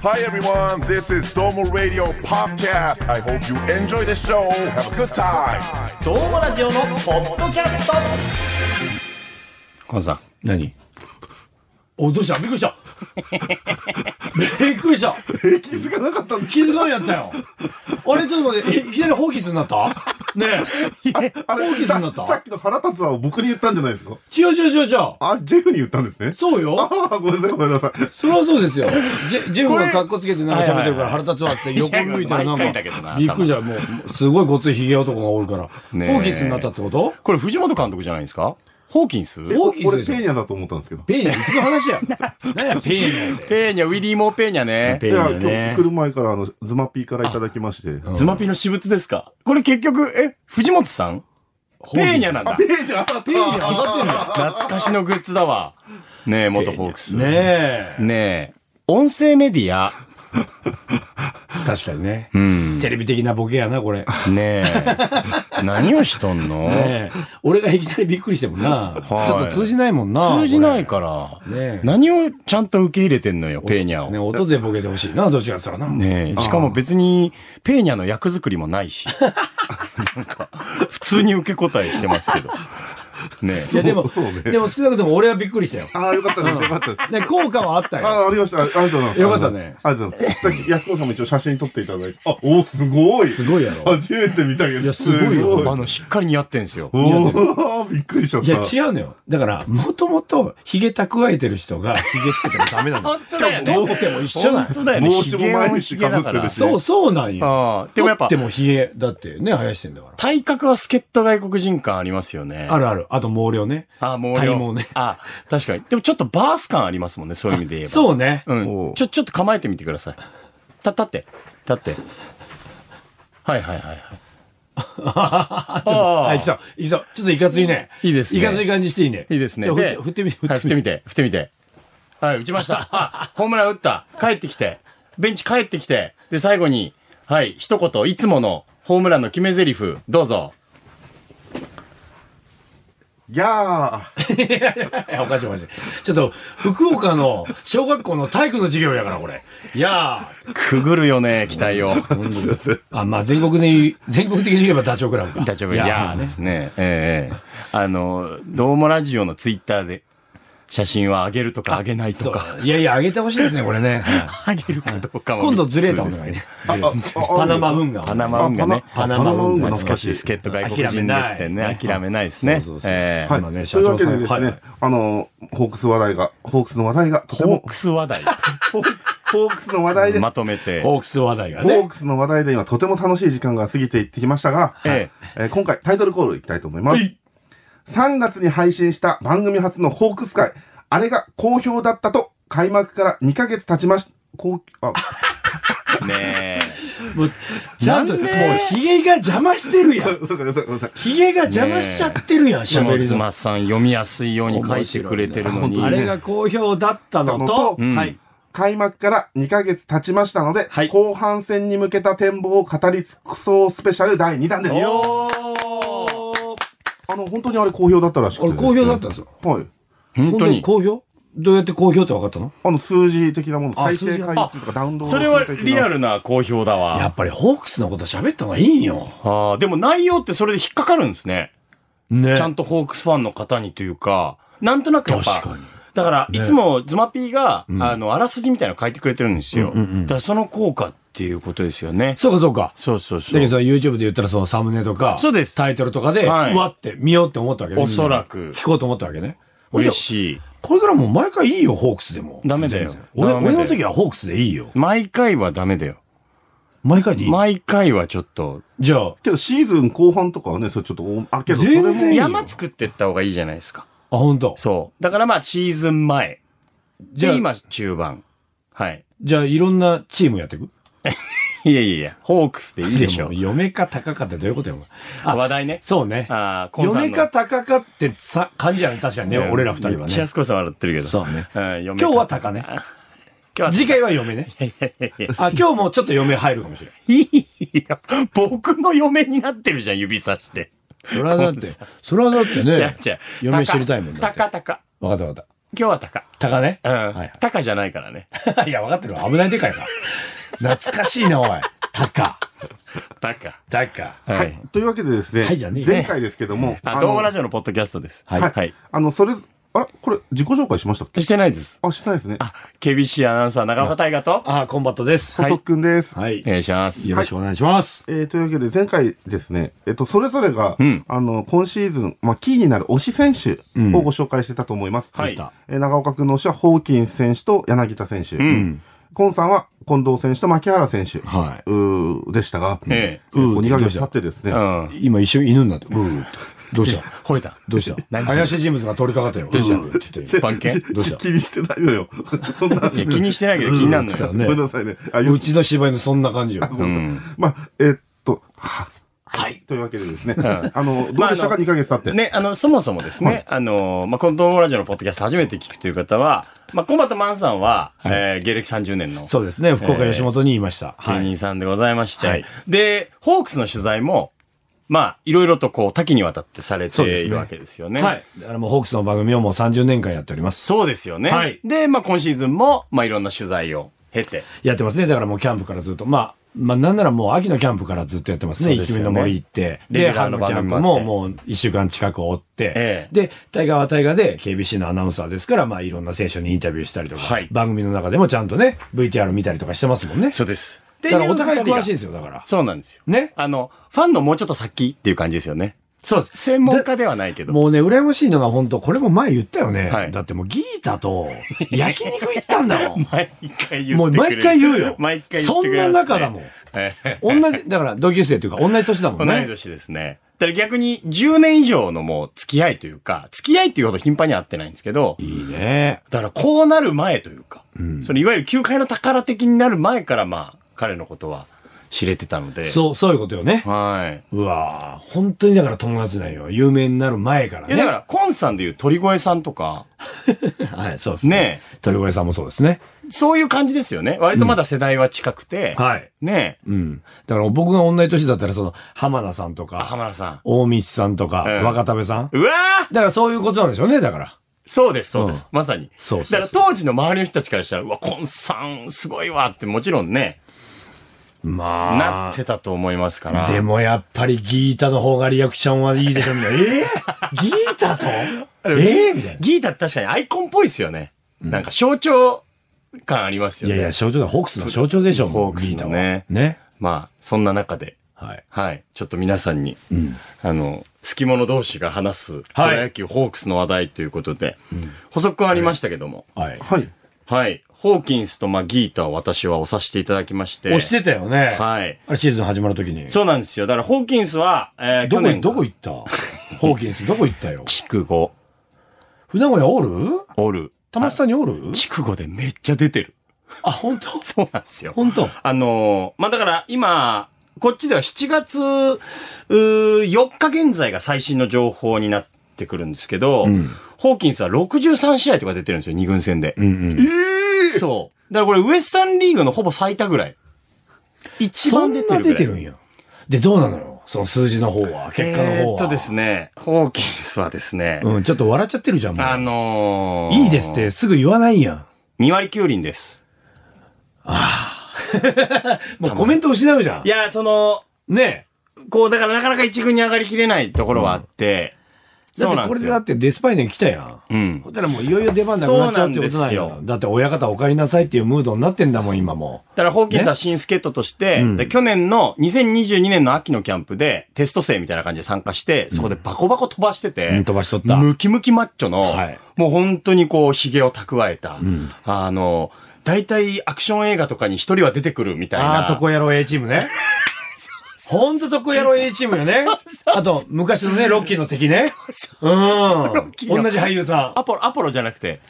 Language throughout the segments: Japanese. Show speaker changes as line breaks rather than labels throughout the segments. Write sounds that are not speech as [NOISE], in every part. Hi everyone, this is Domo Radio Podcast. I hope you enjoy the show. Have a good time.
どうもラジオのポッドキャスト
カンさん、何
お、どうしたびっくりしたびっくりした
気づかなかったんだ
気づかんやったよ。あれ、ちょっと待って、いいきなりホーキスになったねえ。ホ
あれ
ーキスになっ
ささったきの腹立つは僕に言ったんじゃないですか
違う違う違う違う。
あ、ジェフに言ったんですね。
そうよ。
ああ、ごめんなさい、ごめんなさい。
そりゃそうですよ。ジェジェフ
こ
が
れ
カッコつけてなんか喋ってるから腹立つわって横向いたらなん
いや毎回
か
だけどな、
びっくりじゃん。もう、すごいごついひげ男がおるから。ホ
ねえ
ーキスになったってこと
これ藤本監督じゃないですかホーキンス
え
大きいですよ
俺、ペーニャだと思ったんですけど。
ペーニャ、いつの話や。何や、ペーニャって。
ペーニャ、ウィリーモーペーニャね。
ペ
い
ー
や、
ニャ
今
ね
日来。る前から、あの、ズマピーからいただきまして。
ズマピの私物ですかこれ結局、え、藤本さんペーニャなんだ。
ペーニャ当たっ
ペーニャ当たってんだよ。
懐かしのグッズだわ。ねえ、元ホークス。
ねえ。
ねえ、音声メディア。
確かにね。
うん。
テレビ的なボケやな、これ。
ねえ、何をしとんの
ねえ俺がいきなりびっくりしてもな、
はい
ちょっと通じないもんな。
通じない
こ
から。
ねえ
何をちゃんと受け入れてんのよ、ペーニャ
れね、
を。
音でボケてほしいな、どっちかっつったらな。
ねえ、しかも別に、ペーニャの役作りもないし。なんか、普通に受け答えしてますけど。ね
いや、でも、
そうね
でも少なくとも俺はびっくりしたよ。
ああ、よかったです、よかったです。
ね、効果はあった
あ
よ。
あ、ありました。あありがとうございます。
よかったね
ありがとうございます。さっき、安子さんも一応写真撮っていただいて。あ、おすごい。
すごいやろ。
初めて見たけど。
いやすごいよ
え、あの、しっかり似合ってんすよ。
おお、びっくりしちゃっ
いや、
た。
違うのよ。だから、もともと、ヒゲ蓄えてる人が、ヒゲつけてもダメなの。
しかも
取っても一緒な
本
の。
当だよね。
帽子も毎日被ってるし
ヒゲもヒゲだから
そ
そう、そうなんよ。
ああでもやっぱ
取、ってもヒゲ、だってね、生やしてんだから。
体格は助っ人外国人感ありますよね。
あるある。あと、毛量ね。
ああ、もう
体
よ
毛ね
ああ確かに。でもちょっとバース感ありますもんね、そういう意味で言えば。
そうね。
うん。ちょ、ちょっと構えてみてください。た、立って。立って。はいはいはいはい。
あ、ちょっと、あ、いきそう。いきそう。ちょっといかついね。
いいですね
いかつい感じしていいね。
いいですね。
ちょ
で
振って、振ってみて、
はい振ってみて、振ってみて。はい、打ちま [LAUGHS] した。あ、ホームラン打った。帰ってきて。ベンチ帰ってきて。で、最後に、はい、一言、いつものホームランの決め台詞、どうぞ。
いやー。
い [LAUGHS] や、おかしいおかしい。ちょっと、福岡の小学校の体育の授業やから、これ。いや
くぐるよね、期待を。
ー。あ、まあ、全国で言う、全国的に言えばダチョウ倶楽部か。
大丈夫。いやーですね。ええええあの、どうもラジオのツイッターで、写真は上げるとか上げないとか。
そういやいや、あげてほしいですね、これね。
上げるかどうかも。
今度ずれたお
です
願いね。
あああ
[LAUGHS] パナマ運河。
パナマ運河ね。
パナマ運河
懐かしい助っ人外国人列店ね。諦めないですね
そうそう。そう
ええ
はい。
今ね社
というわ
長さ
け
ん
でですね、
はい
あの、ホークス話題が、ホークスの話題が、とて
ホ
も
ークス話題。
ホークホークスの話題で、
まとめて。
ホークス話題が
ホー
ね。
クスの話題で今とても楽しい時間が過ぎていってきましたが、
え
えー今回タイトルコールいきたいと思います。3月に配信した番組初のホークス会、あれが好評だったと開幕から2ヶ月経ちました。こうあ
え。ね
もうちゃんと、
な
も
ん
う
で、
ヒゲが邪魔してるやん。
そうかね、そうか、ごめんなさい。
ヒゲが邪魔しちゃってるやん、
え。
喋り
下
の
妻さん読みやすいように書いてくれてるのに。
あれが好評だったのと、
う
はい。
開幕から2ヶ月経ちましたので、
はい
後半戦に向けた展望を語り尽くそうスペシャル第2弾です。
よー
あの、本当にあれ好評だったらしくて、
俺好評だったんですよ。
た。はい。
本当に。
好評どうやって好評って分かったの
あの、数字的なもの、
あ
再生回数とかダウンロー
そ
ド数的
れ
な
はリアルな好評だわ。
やっぱりホークスのこと喋った方がいいよ。
ああ、でも内容ってそれで引っかかるんですね。
ね
ちゃんとホークスファンの方にというか、なんとなくやっぱ。
確かに
だから、いつもズマピーが、あの、あらすじみたいなの書いてくれてるんですよ。だからその効果っていうことですよね。
そうかそうか。
そうそうそ
だけ
う。
どさ、YouTube で言ったらそのサムネとか、
そうです
タイトルとかで、
はいう
わって見ようって思ったわけね
おそらく
聞こうと思ったわけね。
嬉しい。
これからもう毎回いいよ、ホークスでも。
ダメだよ
全然
ダ
俺、
メだ
俺
よ
の時はホークスでいいよ。
毎回はダメだよ。
毎回でいい。
毎回はちょっと、
じゃあ、
けどシーズン後半とかはね、それちょっとお、あ、けどそれも
全然いいよ
山作ってった方がいいじゃないですか。
あ、本当。
そう。だからまあ、シーズン前。
じゃあ
で、今、中盤。はい。
じゃあ、いろんなチームやっていく
いやいやいや、ホークスでいいでしょ
も。嫁か高かってどういうことやもん。あ
話題ね。
そうね。
ああ、コンさんの
嫁か高かってさ感じやね、確かにね、俺ら二人
め
は
っちゃ
ね。
安子さん笑ってるけど。
そうね。
うん嫁か
今日は高ね。
今日
次
は
回は嫁ね。あ、今日もちょっと嫁入るかもしれない。
いいよ。僕の嫁になってるじゃん、指さして。
それはだって、それはだって
じゃあ
ね
じゃあ。
嫁知りたいもん
た
だって
かたか。
わかったわかった。
今日は高。
高ね。
うん。
はい
高じゃないからね。
いや、分かってるわ。危ないでかいか。懐かしいな、おい。タカ。
高。
タカ。
は
はいい。。
というわけでですね、
はいじゃねえよ
前回ですけ
[LAUGHS]
ども、
あ、どうもラ
ジ
ジオのポッドキャストです。
はい
はい。
あの、それ、あら、これ、自己紹介しましたっけ
してないです。
あ、してないですね。
あ、KBC アナウンサー長岡大河と、
ああ、コンバットです。
細くんです。
はい
お。願いします。
よろしくお願いします。
えーというわけで前回ですね、えっと、それぞれが、
うん
あの今シーズン、まあ、キーになる推し選手をご紹介してたと思います、
はい。
は
えー長岡君の推しはホーキンス選手と柳田選手、
う
今
ん。
さんは近藤選手と牧原選手、
は
うーでしたが、
え
うー2ヶ月経ってですね、
え。うん。
い。今一瞬犬になって、うーってどうした
吠えた。
[LAUGHS] どうした怪しい人物が通りかかったよ。どう
した
した
番
[LAUGHS]
犬
[LAUGHS]
どうした
気にしてないのよ。 [LAUGHS] そんな、
いや、気にしてないけど気になるのよ。
ごめんなさいね。あ、よ
うちの芝居のそんな感じよ。
ごめんなさいまあ、えっと、は、
はい。
というわけでですね、
ん
あの、どうでした
まあ
か、
あの
2ヶ月経って。
ね、あの、そもそもですね、あの、まあ、コントモラジオのポッドキャスト初めて聞くという方は、まあ、コンバットマンさんは、
はい
えー芸歴30年の
そうですね。福岡吉本にいました。は
芸
い。
人さんでございまして、
はい
で、ホークスの取材も、まあ、いろいろとこう、多岐にわたってされ
そうで
て
す
い
ね
るわけですよね。
はい。だからもうホークスの番組をもう30年間やっております。
そうですよね。
はい
で、まあ、今シーズンも、まあ、いろんな取材を経て、
やってますね。だからもうキャンプからずっと。まあ、まあなんならもう秋のキャンプからずっとやってますね。
そうで
生き
す
身
よね
の森行って。
レギ
で、
ュラー
春
の
のキャンプ
番組もあっ
も
て
もう1週間近く追って。
ええ
で、タイガーはタイガーで KBC のアナウンサーですから、まあいろんな聖書にインタビューしたりとか、
はい
番組の中でもちゃんとね、VTR 見たりとかしてますもんね。
そうです。
だからお互い詳しいん
い
ですよ、だから。
そうなんですよ。
ね。
あの、ファンのもうちょっと先っていう感じですよね。
そうです。
専門家ではないけど。
もうね、羨ましいのが本当、これも前言ったよね。
はい。
だってもうギータと焼肉行ったんだもん
毎回 [LAUGHS] 言
もう
ってくれる。
毎回言うよ。
毎回言ってくれ
そ
ます、
ん
ね。
な中だもん。
ええ。
同じ、だから同級生というか同じ年だも
同
ん
い
ね。
年ですね。だから逆に10年以上のもう付き合いというか、付き合いっていうほど頻繁には会ってないんですけど、
いいね。
だからこうなる前というか、
ん
そのいわゆる球界の宝的になる前からまあ、彼のことは知れてたので。
そう、そういうことよね。
は
うわぁ、本当にだから友達なんよ。有名になる前から
い。いや
ね。
だから、コンさんでいう鳥越さんとか、
はい、そうですね。
ね
鳥越さんもそうですね。
そういう感じですよね。割とまだ世代は近くて、
はい。
ね
うん。だから僕が同じ年だったら、その、浜田さんと
あ
か、
浜田さん。
大道さんとか、
うん
若田部さん。
うわー
だからそういうことなんでしょうね、だから。
そうです、そうです。
う
まさに。
そうそうそう
だから当時の周りの人たちからしたら、うわ、コンさん、すごいわって、もちろんね、
まあ。
なってたと思いますから。
でもやっぱりギータの方がリアクションはいいでしょ、
[LAUGHS]
みたいな。えー、ギータと
でも
えー、みたいな。
ギータって確かにアイコンっぽいですよね。なんか象徴感あります
い
よ
や
ね。
いや、象徴だ。ホークスの象徴でしょ、
ホークスのね
ギータはね。
まあ、そんな中で、
はい。
はい、ちょっと皆さんに、
ん
あの、好き者同士が話す、プロ野球、ホークスの話題ということで、補足はありましたけども、
はい。
はい。
はい、ホーキンスと、まあ、ギータを私は押させていただきまして、
押してたよね。
はい。
あれ、シーズン始まるときに。
そうなんですよ。だから、ホーキンスは、えー、
ど
去
こ、
年、
どこ
[LAUGHS]
行ったホーキンス、どこ行ったよ。
筑後、
船越おる
おる。
玉下におる
筑後でめっちゃ出てる。
あ、本当
そうなんですよ。
本当
あのーまあ、だから今、こっちでは7月うー4日現在が最新の情報になってくるんですけど、
ん
ホーキンスは63試合とか出てるんですよ、2軍戦で。
うんうん。
そう。だからこれウエスタンリーグのほぼ最多ぐらい。一
そ
番
ん
出て
な
るぐら
出
い
て。るんや。で、どうなのよその数字の方は、結果の
え
方
ー
は。
っとですね、ホーキンスはですね、
うん、ちょっと笑っちゃってるじゃん、もう
あのー
いいですって、すぐ言わないやん。
2割9厘です。
もうコメント失うじゃん
い。や、その、
ね
こう、だからなかなか一軍に上がりきれないところはあって、
え。だ
そう
っ
な
て
んで
これ
す
で
よ
だ。ってデスパイネン来たやん。
うん
ほん。たらもういよいよ出番なくなっちゃうってことなん
そうなん
よ
で。
だって親方お帰りなさいっていうムードになってんだもん、今も
だから、ホーキンスは新助っ人として、
うん
で去年の2022年の秋のキャンプでテスト生みたいな感じで参加して、そこでバコバコ飛ばして
う。う
て
ん、、飛ばしとった。
ムキムキマッチョの、
はい
もう本当にこう、髭を蓄えた、
ん
あの、大体アクション映画とかに一人は出てくるみたい
あ
な。
あ、床野郎 A チー
[LAUGHS]
ムね。ほんと床野郎 A チームよね。あと、昔のね、ロッキーの
[LAUGHS]
敵ね。うん。
キーの
同じ俳優さ
アポロ、アポロじゃなくて。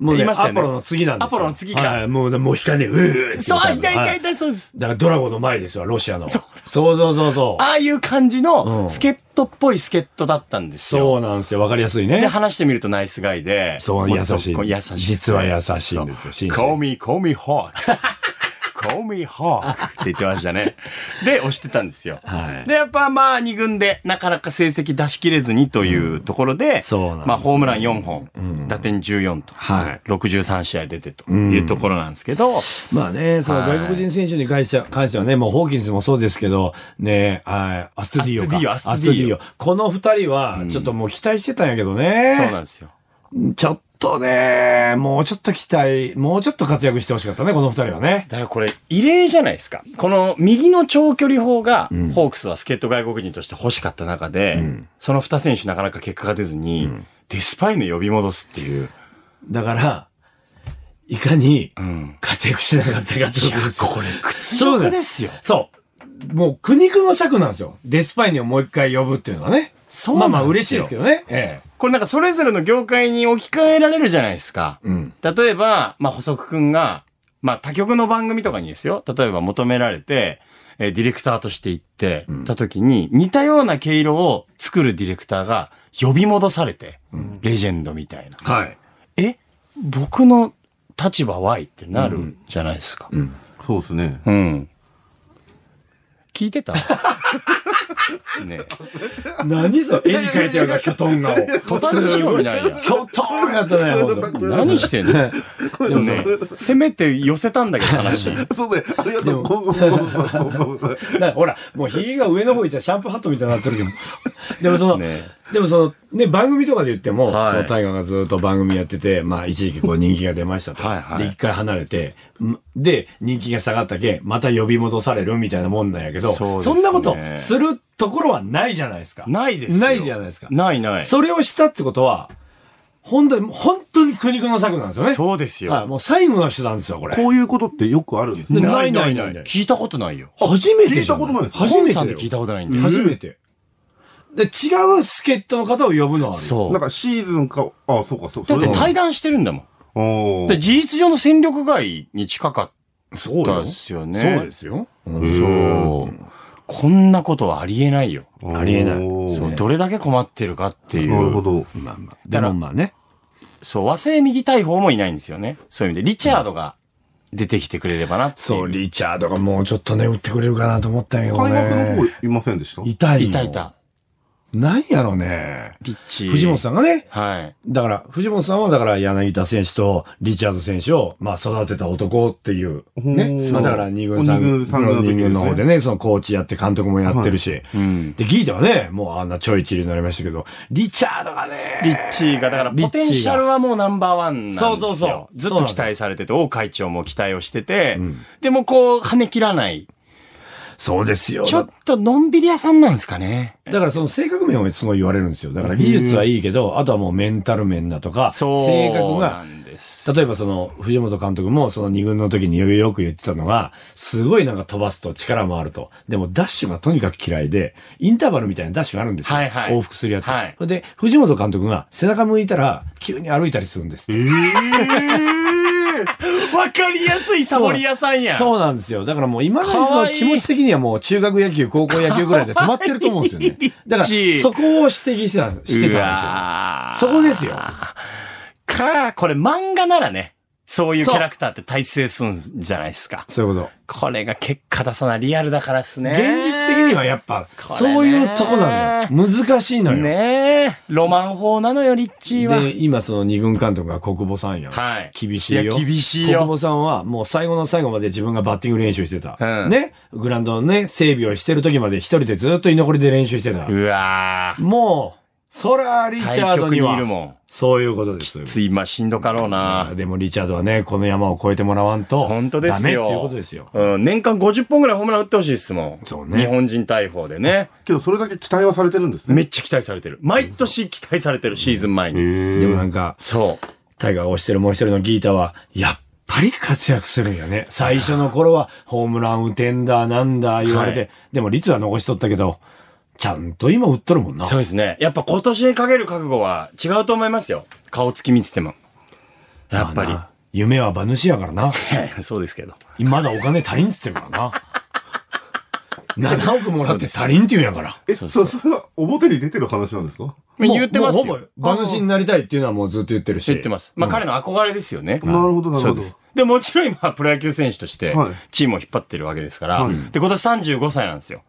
ん。もうね、
いましたよ
ア
ね
ポロの次なんですよ。
アポロの次か
はい、もうね、もう引かねえ。うー
そう、あいたい
は
た
い
いた、そうです。
だからドラゴンの前ですよ、ロシアの。そうそうそうそう。
ああいう感じ
うん
の、助っ人っぽい助っ人だったんですよ。
そうなんですよ。わかりやすい
で、
ね。
話してみるとナイスガイで。
そう
も
優しい
続行優しい。
実は優しいんです
そ
よ
う
紳士
Call me, call me hawk. [LAUGHS] call me Hawk って言ってましたね。で、押してたんですよ。
はい
で、やっぱまあ2軍でなかなか成績出し切れずにというところで、
そうなんですね
まあホームラン4本、打点14と、
はい
63試合出てというところなんですけど、
まあね、その
はい
外国人選手に関しては、関してはね、もうホーキンスもそうですけど、ね、はいアストゥディオか。
アストゥディオアストゥディオ
アストゥディオこの二人は、ちょっともう期待してたんやけどね。
そうなんですよ。
ちょっとね、もうちょっと期待、もうちょっと活躍してほしかったね、この二人はね。
だからこれ異例じゃないですか。この右の長距離砲が、ホークスは助っ人外国人として欲しかった中で、その2選手なかなか結果が出ずに、デスパイネ呼び戻すっていう。
だから、いかに
うん。
活躍しなかったかってことですよ。
これ屈
そうだ
辱
よ
ですよ。
そう。もう苦肉の策なんですよ。デスパイネをもう一回呼ぶっていうのはね。
そう
ま
な
あ
んですよ
まあ嬉しいですけどね。ええ。
これなんかそれぞれの業界に置き換えられるじゃないですか。
うん。
例えば、まあ、補足くんが、まあ、他局の番組とかにですよ、例えば求められて、えーディレクターとして行って、た時に、似たような毛色を作るディレクターが呼び戻されて、レジェンドみたいな。
はい。
え、僕の立場はいってなるじゃないですか。うん。
そうですね。
聞いてた [LAUGHS] ねえ
何それ絵に描いたようなキョト
[LAUGHS]
ン顔。
途端に興味ないやん
キョトーンやったね、
[LAUGHS]
ほんと
何してんので
ごめ
も
んなさ
[LAUGHS] ね
いごめんなさ、
せめて寄せたんだけど話。
い [LAUGHS] そうね。ありがとう。ごめんごめんごめんごめんごめんご
だからほら、もうひげが上の方いったらシャンプーハットみたいになってるけど。でもその、
ね
でもその、ね、番組とかで言っても、
はい
そのタイガーがずっと番組やってて、まあ一時期こう人気が出ましたと。
はいはい
で、一回離れて、んで、人気が下がったけ、また呼び戻されるみたいなもんなんやけど、
そうです
そ
ね
んなことするところはないじゃないですか。
ないですよ
ないじゃないですか。
[LAUGHS] ないない。
それをしたってことは、本当に、本当に苦肉の策なんですよね。
そうですよ。
はい、もう最後の手段ですよ、これ。
めんこういうことってよくあるんですね。
ないないない
聞いたことないよ。
初めてじゃ
聞いたことないです
初めて
本
よ
さんで聞いたことないんだよ。
初めて。で、違う助っ人の方を呼ぶのはあるよ。
そ
なん
う。
かシーズンか、あそうか、そう
だって対
イ
談してるんだもん。
お
で
ー
事実上の戦力外に近かっ
そ
たですよね。
そうですよ。
そう。こんなことはありえないよ。
おー
ありえない
そう、
な
どれだけ困ってるかっていう。
るほど。
まあまあ。
だ
で
から
もまあね。
そう、和製右大砲もいないんですよね。そういう意味で。リチャードが出てきてくれればなっていう。
そう、リチャードがもうちょっとね、打ってくれるかなと思ったんやけど
開幕の方
ね。
いませんでした
痛いの。
いたいた。。
なんやろね。
リッチー。
藤本さんがね、
ん。はい。
だから、藤本さんはだから柳田選手とリチャード選手を、まあ、育てた男っていう。
ほ
ね。
う
まあ、だから二軍三
二
軍、
軍三軍の時
二軍の方
です
でね、そのコーチやって監督もやってるし。
うん。
で、ギータはね、もうあんなちょいちりになりましたけど、リチャードがね、
リッチーが、だから、
リッ
ポ
チー
テ
が
ンシャルはもうナンバーワンなんですよ。
そうそうそう
ずっと期待されてて、王会長も期待をしてて、
ん
でもこう、跳ね切らない。
そうですよ。
ちょっと、のんびり屋さんなんですかね。
だからその性格面をすごい言われるんですよ。だから技術はいいけど、あとはもうメンタル面だとか、
そう。
性格
な
が、
んです。
例えばその藤本監督もその2軍の時によく言ってたのが、すごいなんか飛ばすと力もあると。でもダッシュがとにかく嫌いで、インターバルみたいなダッシュがあるんですよ。
はいはい
往復するやつ。
はい
それで藤本監督が背中向いたら急に歩いたりするんです。
わかりやすいサボり屋さんやん。
そうなんですよ。だからもう今の
かわいい
気持ち的にはもう中学野球、高校野球ぐらいで止まってると思うん
[LAUGHS]
ですよね。だからそこを指摘してたして
う
たん
わー
そこですよ
かこれ漫画ならね、そういうキャラクターって大成するんじゃないですか。
ですよ。そういうこと。
これが結果出さないリアルだからっすね。
現実的にはやっぱ、
これね
そういうとこなのよ。難しいのよ。
ねえ、ロマン法なのよ、リッチーは。
で、今その二軍監督が国保さんやん。
はい
厳しいよ。
いや厳しいよ
国保さんはもう最後の最後まで自分がバッティング練習してた。
うん
ね。グラウンドのね、整備をしてる時まで一人でずっと居残りで練習してた。
うわー
もう、そら、リチャ
対
ード
局に
に
い
は。
るもん。
そういうことです。
つい、まあ、しんどかろうな。
でもリチャードはね、この山を越えてもらわんと、
本当ですよ。
ダメっていうことですよ。
うん、年間50本ぐらいホームラン打ってほしいですもん。
そうね
日本人大砲でね。
けど、それだけ期待はされてるんですね。
めっちゃ期待されてる。毎年期待されてる、シーズン前に。
でもなんか、
そう。
タイガーを推してるもう一人のギータは、やっぱり活躍するんよね。最初の頃は、ホームラン打てんだ、なんだ、言われて、
はい
でも率は残しとったけど、ちゃんと今打っとるもんな。
そうですね。やっぱ今年にかける覚悟は違うと思いますよ。顔つき見てても。やっぱ
まあな夢は馬主やからな。
[LAUGHS] り。そうですけど。
[LAUGHS] まだお金足りんっつってるからな。 7億もらって足りんって言うんやから。
え、
そ
そうう
そう
それは表に出てる話なんですか
まあ言ってますよ
もうほぼ馬主になりたいっていうのはもうずっと言ってるし。
言ってます。まあ、彼の憧れですよね。
なるほど、なる
そ
ほ
う
ど
で。す。で、もちろん今、プロ野球選手として
はい、
チームを引っ張ってるわけですから、
はい
で、今年35歳なんですよ。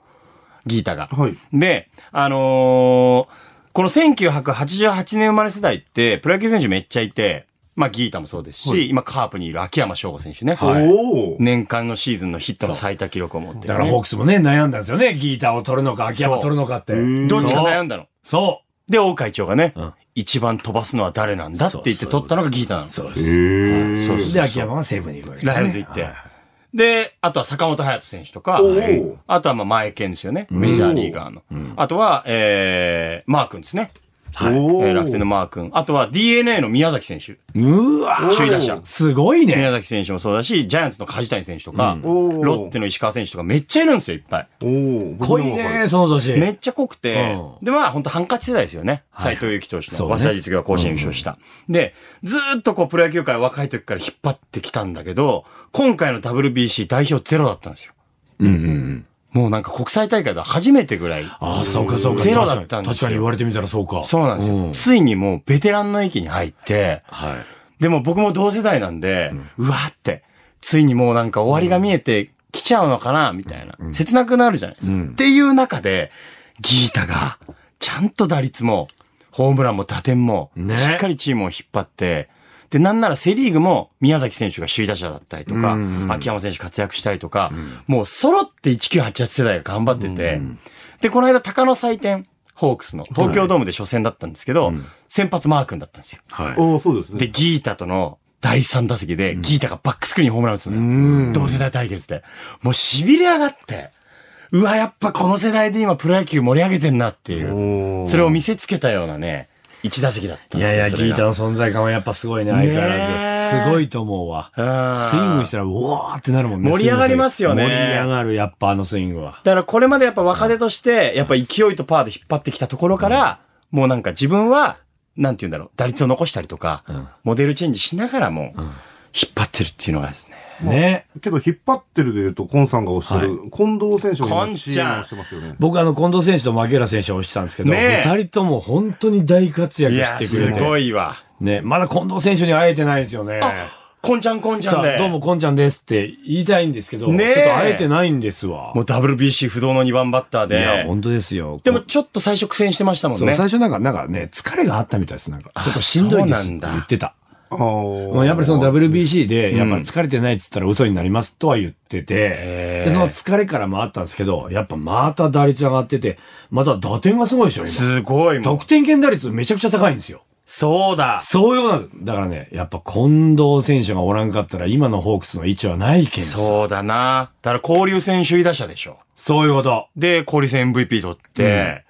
ギータが。
はい。
で、あのーこの1988年生まれ世代って、プロ野球選手めっちゃいて、まあ、ギータもそうですし、
はい
今、カープにいる秋山翔吾選手ね。
はい
おお、
年間のシーズンのヒットの最多記録を持ってるね、
だからホークスもね、悩んだんですよね。ギーターを取るのか、秋山取るのかって。
そう
どっちか悩
だ。
んだの。
そ
で、王会長がね、
うん
一番飛ばすのは誰なんだって言って
そうそう
取ったのがギータなの
う。。そう
へ
です。
ー
そうそう
で、秋山は西武に行くわけですね
ライオンズ行って
はい
で、あとは坂本隼人選手とか、
おー
あとはまあ前健ですよね。メジャーリーガーの。あとは、えー、マー君ですね。え
お
ー
ー
楽天のマー君。あとは DNA の宮崎選手。
うわ、
首位打者。
すごい
宮
ね。
崎選手もそうだし、ジャイアンツの梶谷選手とか、
うんおー
ロッテの石川選手とかめっちゃいるんですよ、いっぱい。
おー
濃い。
僕でもわかる
ね、その年。
めっちゃ濃くて、
うん
で、まあ、本当ハンカチ世代ですよね。
は
斎、
い
藤佑樹投手
そ
の、
うね
早稲田実業が甲子園優勝した。で、ずーっとこう、プロ野球界を若い時から引っ張ってきたんだけど、今回の WBC 代表ゼロだったんですよ。
うんうんうん。
もうなんか国際大会では初めてぐらい。
ああ、そうかそうか。
ゼロだったんですよ
確かに言われてみたらそうか。
そうなんですよ。ついにもうベテランの域に入って、
はい。
でも僕も同世代なんで、うわーって、ついにもうなんか終わりが見えてきちゃうのかな、みたいな。切なくなるじゃないですか。
うん
っていう中で、ギータが、ちゃんと打率も、ホームランも打点も、
ね
しっかりチームを引っ張って、で、なんならセリーグも宮崎選手が首位打者だったりとか、
うんうん
秋山選手活躍したりとか、もう揃って1988世代が頑張ってて、で、この間、鷹の祭典、ホークスの東京ドームで初戦だったんですけど、
うん
先発マー君だったんですよ。
はい。
おーそうですね。
で、ギータとの第3打席で、ギータがバックスクリーンにホームラン打つのよ。
ん
同世代対決で。もう痺れ上がって、うわ、やっぱこの世代で今プロ野球盛り上げてんなっていう、
おー
それを見せつけたようなね、1打席だったん
い
ですよ。
やいや、
そ
ギ
れ
ー
が
タの存在感はやっぱすごいね、相変わら
ね
ず。
え
すごいと思うわ。
うん
スイングしたら、うわーってなるもんね。
盛り上がりますよね
盛り上がる、やっぱあのスイングは。
だからこれまでやっぱ若手として、やっぱ勢いとパワーで引っ張ってきたところから、もうなんか自分は、なんて言うんだろう、打率を残したりとか、
ん
モデルチェンジしながらも、引っ張ってるっていうのがですね。
ね。
けど、引っ張ってるで言うと、コンさんがおっしゃる、近藤選手が今チームをしてますよね。
僕あの、近藤選手と牧原選手を推してたんですけど、
ねえ
二人とも本当に大活躍
いや、
してく
す
れて。
ごいわ。
ね、まだ近藤選手に会えてないんですよね。
こんちゃんこんちゃ
さ
んで。
あ、どうも、こんちゃんですって言いたいんですけど、ちょっと
ねえ
会えてないんですわ。
もう WBC 不動の2番バッター
いや、
で。
本当ですよ。
でもちょっと最初苦戦してましたもん
そう、
ね。
最初なんか、なんかね、疲れがあったみたいです。なんか、
あ
ちょっとしんどいですって言ってた。
あー
もうやっぱりその WBC で、
ん
やっぱ疲れてないって言ったら嘘になりますとは言って
へ
て、
ー
で、その疲れからもあったんですけど、やっぱまた打率上がってて、また打点がすごいでしょ、今。
すごいもん
得。点圏打率めちゃくちゃ高いんですよ。
そうだ。
そういうことなんですだからね、やっぱ近藤選手がおらんかったら今のホークスの位置はないけんさ
そうだな。だから交流戦首位打者でしょ。
そういうこと。
で、交流戦 MVP 取って。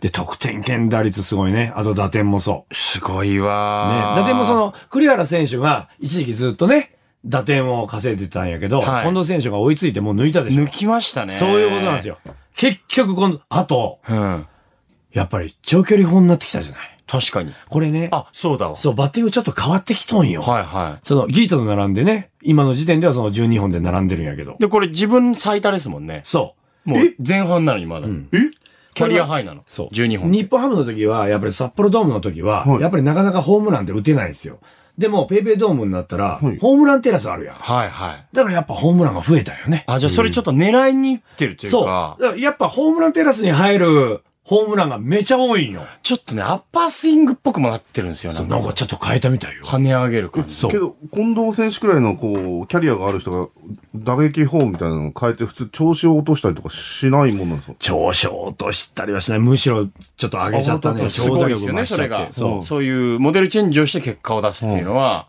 で、得点圏打率すごいね。あと打点もそう。
すごい
ね
わ、。
打点もそ、の、栗原選手が一時期ずっとね、打点を稼いでたんやけど、
はい
近藤選手が追いついてもう抜いたでしょ
抜。きましたね。
そういうことなんです
よ。
よ。結局今度、あと、
うん。
やっぱり長距離砲になってきたじゃない。
確かに。
これね、
あ、そうだわ。
そう、バッティングちょっと変わってきとんよ。
はいは
その、ギートと並んでね、今の時点ではその12本で並んでるんやけど
い。。で、これ自分最多ですもんね。
そ
もう前半なのにまだ。
ん
えキャリアハイなの。
う。そう。
12本。
日本ハムの時は、やっぱり札幌ドームの時は、
はい
やっぱりなかなかホームランで打てないんですよ。でも、ペイペイドームになったら、
はい
ホームランテラスあるやん。
はいはい。
だからやっぱホームランが増えたよね。
あ、じゃあそれちょっと狙いにいってるという
そう。
か
だ。からやっぱホームランテラスに入るホームランがめちゃ多いんよ。
ちょっとね、アッパースイングっぽくもなってるんですよ。な
そうんなん
か
かちょっと変えたみたいよ。
跳ね上げる感じ。
そう
けど、近藤選手くらいの、こう、キャリアがある人が、打撃法みたいなのを変えて、普通、調子を落としたりとかしないもんなんですか
調子を落としたりはしない。むしろちょっと上げちゃった
あ
ね。
本当
す
長
ご
打
いです
力
よ
増
ね、
し
そ
ちゃ
れ
っ
が。
て。
そ
そうう。
いうモデルチェンジをして結果を出すっていうのは、だか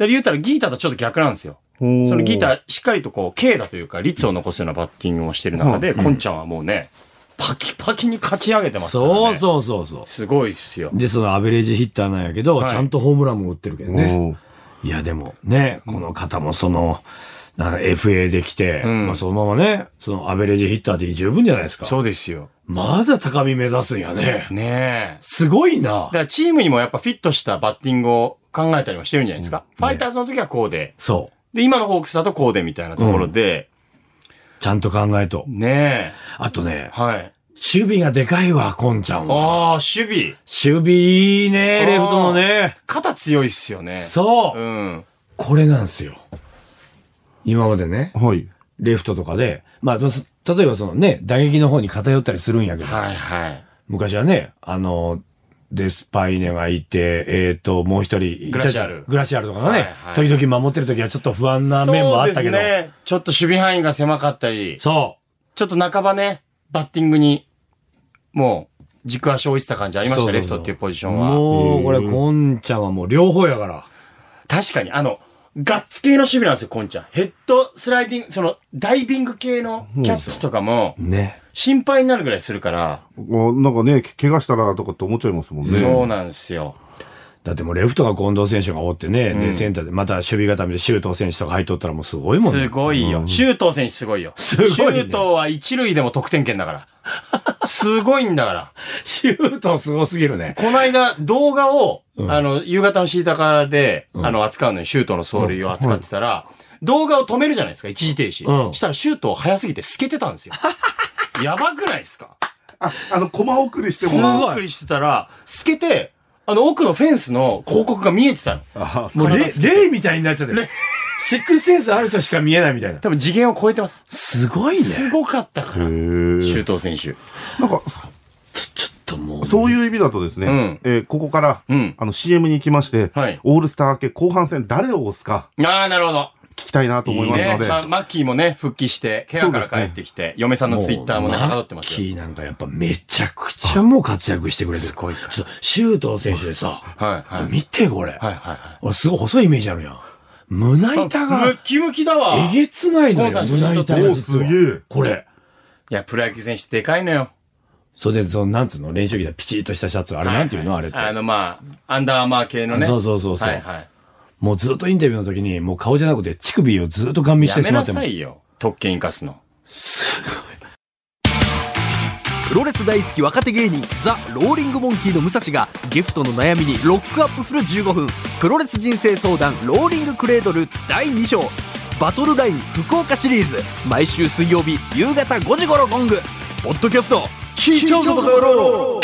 ら言うたらギーターとちょっと逆なんですよ。
そ
そのギータ
ー。
ーしっかりとこう、軽打というか、率を残すようなバッティングをしてる中で、コンちゃんはもうね、パキパキに勝ち上げてますからね。
そうそうそうそう。
すごいっすよ。
で、そのアベレージヒッターなんやけど、
はい
ちゃんとホームランも打ってるけどね。
ね。
いや、でもね、この方もその、なんか FA できて、
うん
まあそのままね、そのアベレージヒッターで十分じゃないですか。
そうですよ。
まだ高み目指すんやね。
ねえ。
すごいな
だか。らチームにもやっぱフィットしたバッティングを考えたりもしてるんじゃないですか。
う
フ
ん
ァイターズの時はこうで、
そ
で、今のホークスだとこうでみたいなところで、
ちゃんと考えと。
ね
あとね
え。、はい。
守備がでかいわ、コンちゃん
あ
は。
あ、守備。
守備いいね、レフトのね。
肩強いっすよね。
そう、
うん。
これなんですよ。今までね、
はい。
レフトとかで、まあ、どうす例えばそのね、打撃の方に偏ったりするんやけど、
はいはい。
昔はね、あの、デスパイネがいて、えっ、と、もう一人いたじゃん、
グラシアル
グラシアルとかがね、
はいはい
時々守ってる時はちょっと不安な面もあったけ
そ
ど、
うですね。ちょっと守備範囲が狭かったり、
そ
ちょっと半ばね、バッティングに、もう、軸足を置いてた感じありました
そうそうそう
レフトっていうポジシ
う。
ョンは。
もう、これ、コンちゃんはもう両方やから。
確かに、あの、ガッツ系の守備なんですよ、コンちゃん。ヘッドスライディング、その、ダイビング系のキャッチとかも、
ね。
心配になるぐらいするから、
おなんかね、け怪我したらとかって思っちゃいますもんね。
そうなんですよ。
だってもうレフトが近藤選手がおってね、
う
で、
ん
センターで、また守備固めで周東選手とか入っとったらもうすごいもん
す
ね。
ごいよ。周東選手すごいよ。
すごいね
周東は一塁でも得点圏だ
[LAUGHS]
から。すごいんだから。
周東すごすぎるね。
この間動画を、
うん
あの、夕方のシータカで、
うん
あの、扱うのに、シュートの走塁を扱ってたら、動画を止めるじゃないですか、一時停止。
うん
したらシュート早すぎて透けてたん
[LAUGHS]
ですよ。やばくないですか
あ、あの、コマ送りして
す
もらう。
い
ごくりしてたら、透けて、あの、奥のフェンスの広告が見えてたの。
あ
もう
体
レ、
透けて
レイみたいになっちゃってる。シックスセンスある人しか見えないみたいな。
多分次元を超えてます。
すごい
すごかったから、
ー
周東選手。
なんか、
ちょっともう。
そういう意味だとですね、
うん
えーここから、
うん
あの CM に行きまして、
はい
オールスター明け後半戦誰を押すか
ああ、なるほど。
聞きたいなと思いますの
ね
で、
さマッキーもね、復帰して、ケアから
そうですね
帰ってきて、嫁さんのツイッターもね、
マ
はかどっ
ッ
てます
キ
よ。
ーなんかやっぱめちゃくちゃもう活躍してくれてる。
すごいから
ちょっと周東選手でさ、
はい、はい。
見てこれ。
はい、は
俺すごい細いイメージあるやん。胸
い。
板が
ム、ッキムキだわ。
え
い
げつないの
コンさ
よ。
ん写真
胸
撮って
板が
お
実は
すげえ。
これ。
や、プロ野球選手でかいのよ。
それで、その、なんつうの練習着でピチッとしたシャツ。あれなんていうのあれって。
あの、まあ、アンダーアーマー系のね。
そうそうそうそう
はい、はい。
もうずっとインタビューの時に、もう顔じゃなくて乳首をずっとガン見し
や
て
め
しま
な
って
さいよ。特権生かすの。
プロレス大好き若手芸人ザ・ローリングモンキーの武蔵がゲストの悩みにロックアップする15分プロレス人生相談ローリングクレードル第2章バトルライン福岡シリーズ毎週水曜日夕方5時頃ゴングポッドキャスト聞いちゃうぞバカ野郎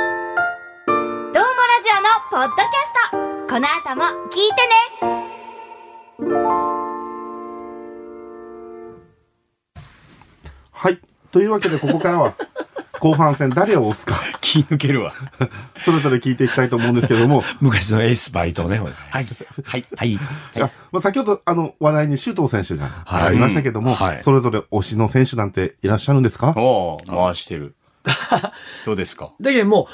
どうもラジオのポッドキャストこの後も聞いてね
はい。というわけで、ここから
[LAUGHS]
は、後半戦誰を押すか、
気抜けるわ。
[LAUGHS] それぞれ聞いていきたいと思うんですけれども、
昔のエースバイトね。はい。はい。はい。
いやまあ、先ほど、あの、話題に周東選手が
はい
ありましたけども、
うんはい
それぞれ推しの選手なんていらっしゃるんですか
おお回してる。 [LAUGHS] どうですか
だけども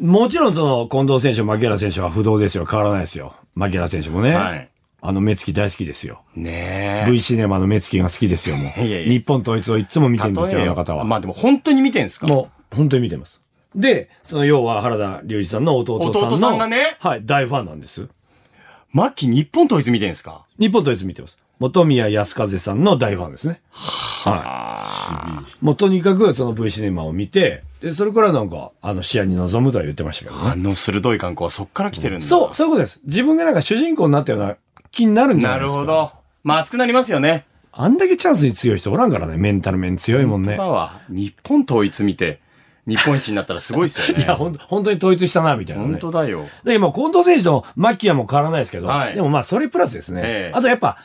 う、もちろんその、近藤選手、牧原選手は不動ですよ。変わらないですよ。牧原選手もね。
はい
あの、目つき大好きですよ。
ねえ。
V シネマの目つきが好きですよ、もう。
いやいや
日本統一をいつも見てるんですよ、
例
あ
えよ
の方は。
まあでも本当に見てんすか
もう、本当に見てます。で、その、要は原田隆一さんの弟さんの。
弟さんがね
はい、大ファンなんです。
マッキー日本統一見てんすか
日本統一見てます。元宮康和さんの大ファンですね。はい。もうとにかくその V シネマを見て、で、それからなんか、あの、試合に臨むとは言ってましたけどね。
あの鋭い眼光はそっから来てるんだ。
そう、そういうことです。自分がなんか主人公になったような気になるんじゃな
ない
で
る
すか。
ほ。ど。まあ熱くなりますよね。
あんだけチャンスに強い人おらんからね、メンタル面強いもんね。
本当だわ。日本統一見て、日本一になったらすごいですよ
[LAUGHS] い
ね。
や、ほんと本当に統一したな、みたいなね。
本当だよ。
で、今、近藤選手とマッキアも変わらないですけど、
はい
でもまあ、それプラスですね。
ええ
あとやっぱ、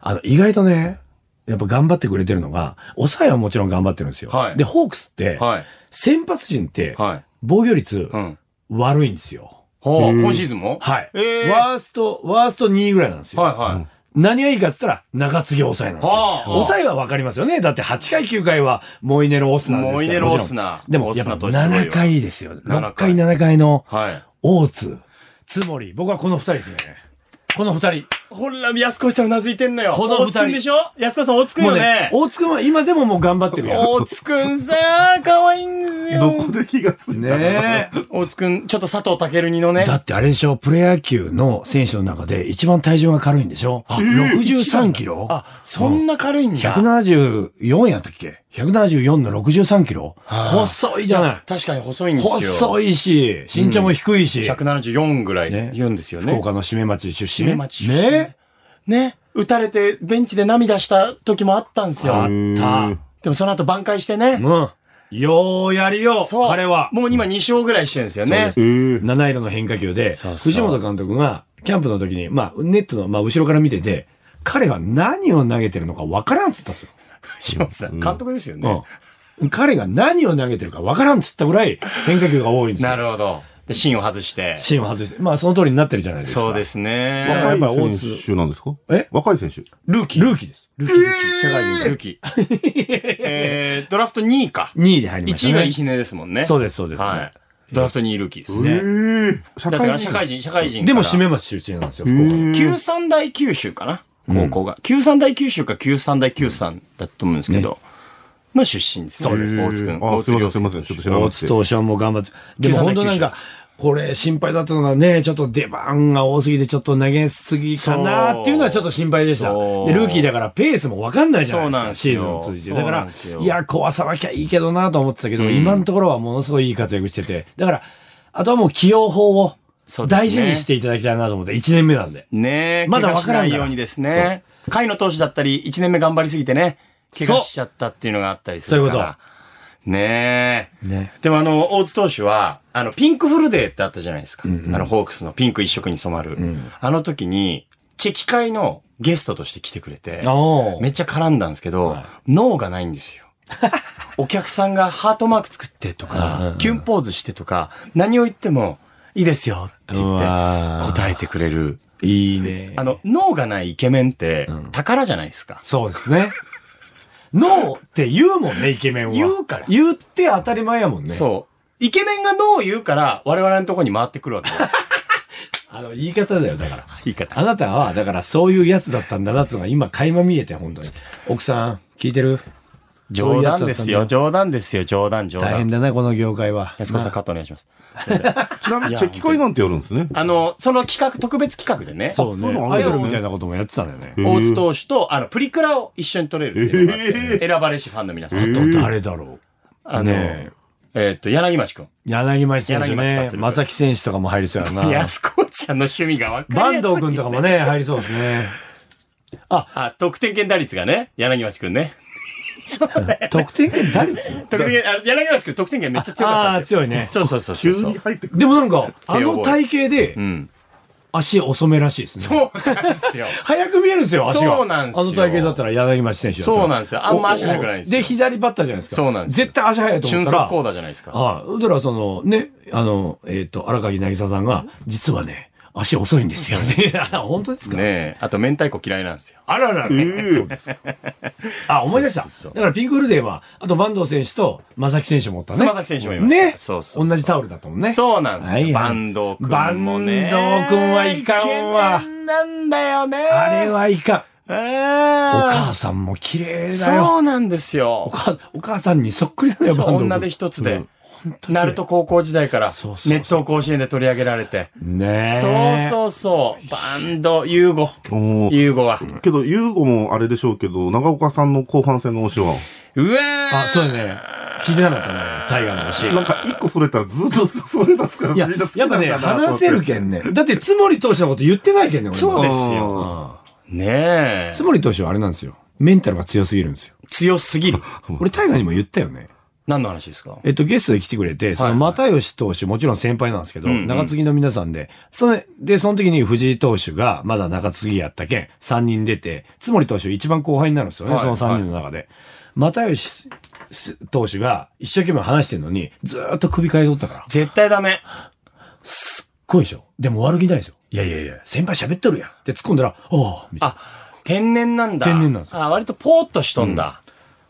あの、意外とね、やっぱ頑張ってくれてるのが、抑えはもちろん頑張ってるんですよ。
はい
で、ホークスって、
はい。
先発陣って、
はい。
防御率
うん。
悪いんですよ。
ほう、今シーズンも
はい、
ええ
ワースト、ワースト2位ぐらいなんですよ。
はいはい。
何がいいかって言ったら、中継ぎ抑えなんですよ。
はあ
抑えはわかりますよね。だって8回9回はモイネロ・オスナですから
モイネロオスナ
もちろんでも、
オス
やっ
ナ
ぱ
としてすごいよ
7回ですよ。6
回
回7回の
はい。
大津、つもり。僕はこの2人ですね。この2人。
ほら、安越さんうなずいてんのよ。
この
大
二人
津くんでしょ安越さん大津くん
も
よ
うね
ね、。
大津くんは今でももう頑張ってるやん。
大津くんさ、可愛いんです
ど
よ
こ。で気がついたの
ね
大津くん、ちょっと佐藤健にのね
え。だ。ってあれでしょ、プロ野球の選手の中で一番体重が軽いんでしょ ?63 キロ
あ、そんな軽いんだ。
174やったっけ ?174 の63キロ、
はあ
細いじゃない。
確かに細いんですよ。
細いし、身長も低いし、
174ぐらい
ね
言うんですよね。
福岡の締め町出身。
姫町出身で
ね
ね、打たれてベンチで涙した時もあったんですよ。
あっ
でもその後挽回してね
た。。うん。ようやりよ、
そう
彼は。
もう今2勝ぐらいしてるんですよね。
七色の変化球で、
そうそう
藤本監督が、キャンプの時に、まあ、ネットの、まあ、後ろから見てて、彼は何を投げてるのか分からんっつったんですよ。
島本さん、監督ですよね。
うん。彼が何を投げてるか分からんっつったぐらい変化球が多いんですよ。
なるほど。で、芯を外して。
芯を外して。まあ、その通りになってるじゃないですか。
そうですね。
若
やっぱり大
い
津
選手なんですか
え
若い選手。
ルーキー。ルーキーです。ルーキー。世界で
ルーキー。えー、ドラフト2位か。
2位で入りました、
1
ね。
位がイヒネですもんね。
そう
で
です、そうです、
はい。ドラフト2位ルーキーです。
ね
社
だから社
人
会人、社会人。
でも、島松出身なんですよ、福岡の。
九三大九州かな高校が。九三大九州か九三大九三だと思うんですけど、の出身ですね。そうです。大津くん。
あ、
大
す
津
み
亮
ません、す
介
みません。ちょっと知らな
大
くて
津。投手はもう頑張って。でも本当なんか、これ心配だったのがね、ちょっと出番が多すぎて、ちょっと投げすぎかなっていうのはちょっと心配でした。で、
そう
ルーキーだからペースもわかんないじゃないです
そうなん
か、
です
シ
よ
ーズンを通じて。
そ
だ
う
か
なん
ら
ですよ、
いや、壊さなきゃいいけどなと思ってたけど、今のところはものすごいいい活躍してて、だから、あとはもう起用法を
そうですね
大事にしていただきたいなと思って、1年目なんで。
ねえ、
まだ
怪我し
わから
なんい
から
ようにですね。回の投手だったり、1年目頑張りすぎてね、怪我しちゃったっていうのがあったりするから。
そういうこ
ねえ。
ね
でもあの、大津投手は、あの、ピンクフルデーってあったじゃないですか。あの、ホークスのピンク一色に染まる。あの時に、チェキ会のゲストとして来てくれて、
おー
めっちゃ絡んだんですけど、
はい
脳がないんです
[LAUGHS]
よ。お客さんがハートマーク作ってと
うんうん
か
うん、
キュンポーズしてとか、何を言っても、いいですよって言って、
うわー
答えてくれる。
いいね
あの、脳がないイケメンって、宝じゃないですか。
そうですね。ノーって言うもんね、イケメンは。
言うから
言って当たり前やもんね。う。
そう。イケメンが脳を言うから、我々のところに回ってくるわ
[LAUGHS]
けです。
あの、言い方だよ、だから。
言い方。
あなたは、だからそういうやつだったんだなっていうのが今垣間見えて、本当に。奥さん、聞いてる
冗
そういうやつ
談
だ
で
ったん
す
だ
よ、冗談ですよ、冗談、冗
大変
談。
だな、この業界は。
安子さん、
ま
カットお願いします。
ちなみに、チェキ会なんてやるんですね。
あの、その企画、特別企画でね
あ、そう
そうな
ね。
の
アイドルみたいなこともやってたんだよね。
大津投手と、あの、プリクラを一緒に撮れるっていうのがあって、選ばれしファンの皆さんと、
誰だろ
あ
う
の、
ね
えーっと、柳町くん。
え柳町選手
柳町達
ね。
郎
正木選手とかも入りそうやな。
安子さんの趣味が分か
坂
りやすい。
東くんとかも。ね、入りそうですね。
あ、得点圏打率がね、柳町くん
[LAUGHS]
ね。
得点圏誰
[LAUGHS] 得点圏、あの柳町くん得点圏めっちゃ強かったんですよ。
あー強いね
そうそうそうそ
急
うそう
に。入ってくる。
でもなんか、あ
帝王
の
ボーイ
体型で
うん。
足遅めらしいですね。
そうなんですよ。
早く見えるんですよ、足が。
そうなんですよ
あの体型だったら柳町選手だったら
そうなんですよあんま足速くないんですよ
で、左バッターじゃないですか。
そうなんですよ
絶対足速いと思
瞬
ったら。
速高打じゃないですか。
はい。だから、その、ね、あの、えっ、と、荒垣渚さんが、実はね、足遅いんです
[LAUGHS]
よね。あ本当ですか
ねえ。あと、明太子嫌いなんですよ。
あららら、そうですか。あ、思い出した。
そうそうそう
だから、ピンクフルデーは、あと、坂東選手と、正木選手もおったね。
正木選手もいました
ね。
そうそうそう
同じタオルだったもんね。
そうなんですよ。
は
バ
い
ンド君もね。
坂東君はいかんわ
イケメンなんだよね。
あれはいか
え
ん。お
ー。
母さんも綺麗だよ。
そうなんですよ
お。母お母さんにそっくりだ
そ
よ、
う
坂東君
女手一つで。
当に
鳴門高校時代から
そうそうそう
熱湯甲子園で取り上げられて。
ねえ。
そうそうそう。バンド、ユーゴ。
おー
ユーゴは。
けど、ユーゴもあれでしょうけど、長岡さんの後半戦の推しは、
うわー
あ、そうだね。聞いてなかったね。タイガーの推し。
なんか一個それたらずっとそれ出すから、
いや
みんな好、き
や
な
っ
ん
ぱね、
だなと思
話
って
せるけんね。だって、つもり投手のこと言ってないけんね、俺
そう
も。
ですよ。
よ。
ねえ
つ。もり投手はあれなんですよ。メンタルが強すぎるんですよ。
強すぎる。
俺、タイガーにも言ったよね。
何の話ですか
えっと、ゲストで来てくれて、その、又吉投手、もちろん先輩なんですけど、
うんうん
中継ぎの皆さんで、その、で、その時に藤井投手が、まだ中継ぎやったけん、3人出て、津森投手一番後輩になるんですよね、
はい
その3人の中で。又吉投手が一生懸命話してるのに、ずーっと首変えとったから。
絶対ダメ。
すっごいでしょ。でも悪気ないですよ。いやいやいや、先輩喋っとるやん。って突っ込んだら、おおみたい
あ、天然なんだ。
天然なんですよ
あ、割とポーっとしとんだ。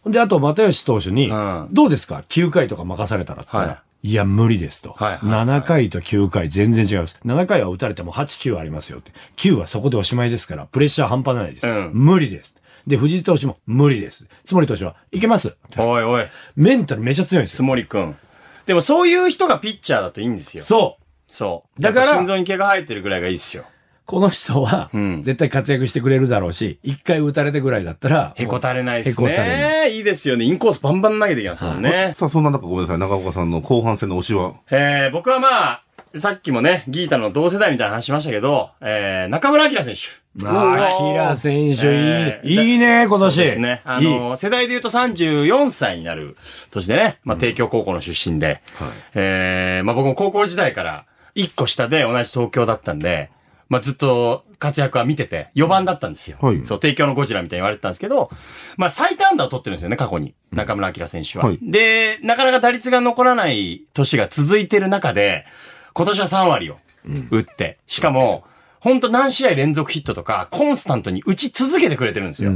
な。で、あと、又吉投手に、
うん
どうですか ?9 回とか任されたらって言ったら、、
はい
や、無理ですと、
はいはいはい
7回と9回全然違います。7回は打たれても8、9ありますよって。9はそこでおしまいですから、プレッシャー半端ないです。
うん
無理です。で、藤井投手も無理です。つもり投手は、いけます。
おいおい、
メンタルめちゃ強いんです
つ
よ。
もりくん。でもそういう人がピッチャーだといいんですよ。
そう。
そう。だ
だ
か
から
ら心臓に毛が生えてるぐらいがいいっすよ。
この人は
うん、
絶対活躍してくれるだろうし、1回打たれてぐらいだったら、
へこたれないっ
へ
す
こたれない
ね。いいですよね。インコースバンバン投げてきますもんね。
さあ、そんな中ごめんなさい、長岡さんの後半戦の推しは、
えー、僕はまあ、さっきもね、ギータの同世代みたいな話しましたけど、えー、中村晃選手。
あー、キラ選手、
えー
いいね。いいね、今年。
そうですね。あ
いい
の、世代で言うと34歳になる年でね、まあ、帝京高校の出身で、えーまあ、僕も高校時代から1個下で同じ東京だったんで、まあ、ずっと活躍は見てて、4番だったんですよ。
はい
そう、帝京のゴジラみたいに言われてたんですけど、まあ、最多安打を取ってるんですよね、過去に。中村晃選手は、
はい
で、なかなか打率が残らない年が続いてる中で、今年は3割を打って、しかも、本当何試合連続ヒットとか、コンスタントに打ち続けてくれてるんですよ。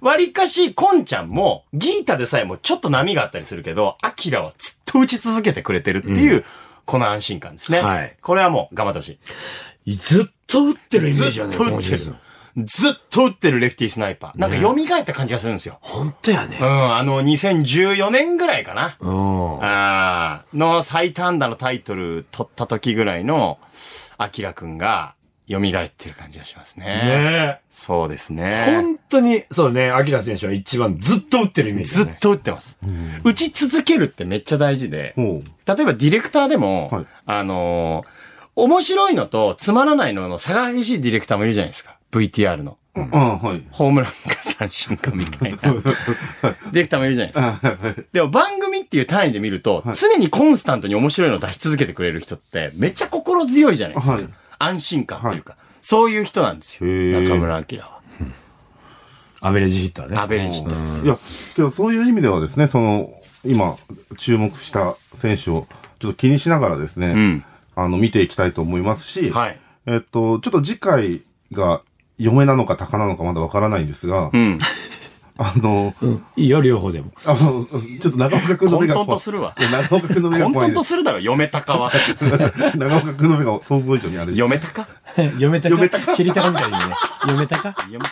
わりかし、コンちゃんも、ギータでさえもちょっと波があったりするけど、アキラはずっと打ち続けてくれてるっていう、この安心感ですね。
はい
これはもう、頑張ってほしい。
ずっと打ってるイメージ
ず
や
っ
ね、
と打ってる。ずっと打ってるレフティースナイパー。なんか蘇った感じがするんですよ。
本当や
う
ね。
ん、あの、2014年ぐらいかな。
うん。
あーの最短打のタイトル取った時ぐらいの、アキラくんが蘇ってる感じがしますね。
ね
そうです
え。
ね。
本当に、そうね、アキラ選手は一番ずっと打ってるイメージ
ず
だ
っ
ね。
と打ってます。打ち続けるってめっちゃ大事で、
ほう
例えばディレクターでも、
はい
あのー面白いのとつまらないのの差が激しいディレクターもいるじゃないですか。VTR の。
ああ、はい。
ホームランか三振かみたい
[LAUGHS]
な。ディレクターもいるじゃないですか。
あはいはい
でも番組っていう単位で見ると、常にコンスタントに面白いのを出し続けてくれる人って、めっちゃ心強いじゃないですか。
はい
安心感というか、そういう人なんですよ。
へー
中村明は。
アベレージヒッターね。
アベレージだったんです
い
よ。
や、けどそういう意味ではですね、その、今、注目した選手をちょっと気にしながらですね、
うん。
あの、見ていきたいと思いますし、
はい。
えっと、ちょっと次回が、嫁なのか鷹なのかまだわからないんですが、
うん。
あの、
いいよ、両方で [LAUGHS] も。
あの、ちょっと長岡君の目が
混
怖
沌と
い。
するわ
いや長岡君の目が
混
[LAUGHS] 怖い
沌
で
と
す。
するだろ、嫁高は。
長岡君の目が想像以上にあれです。
嫁高
嫁たか知りたかみたいに [LAUGHS] ね。嫁たか
嫁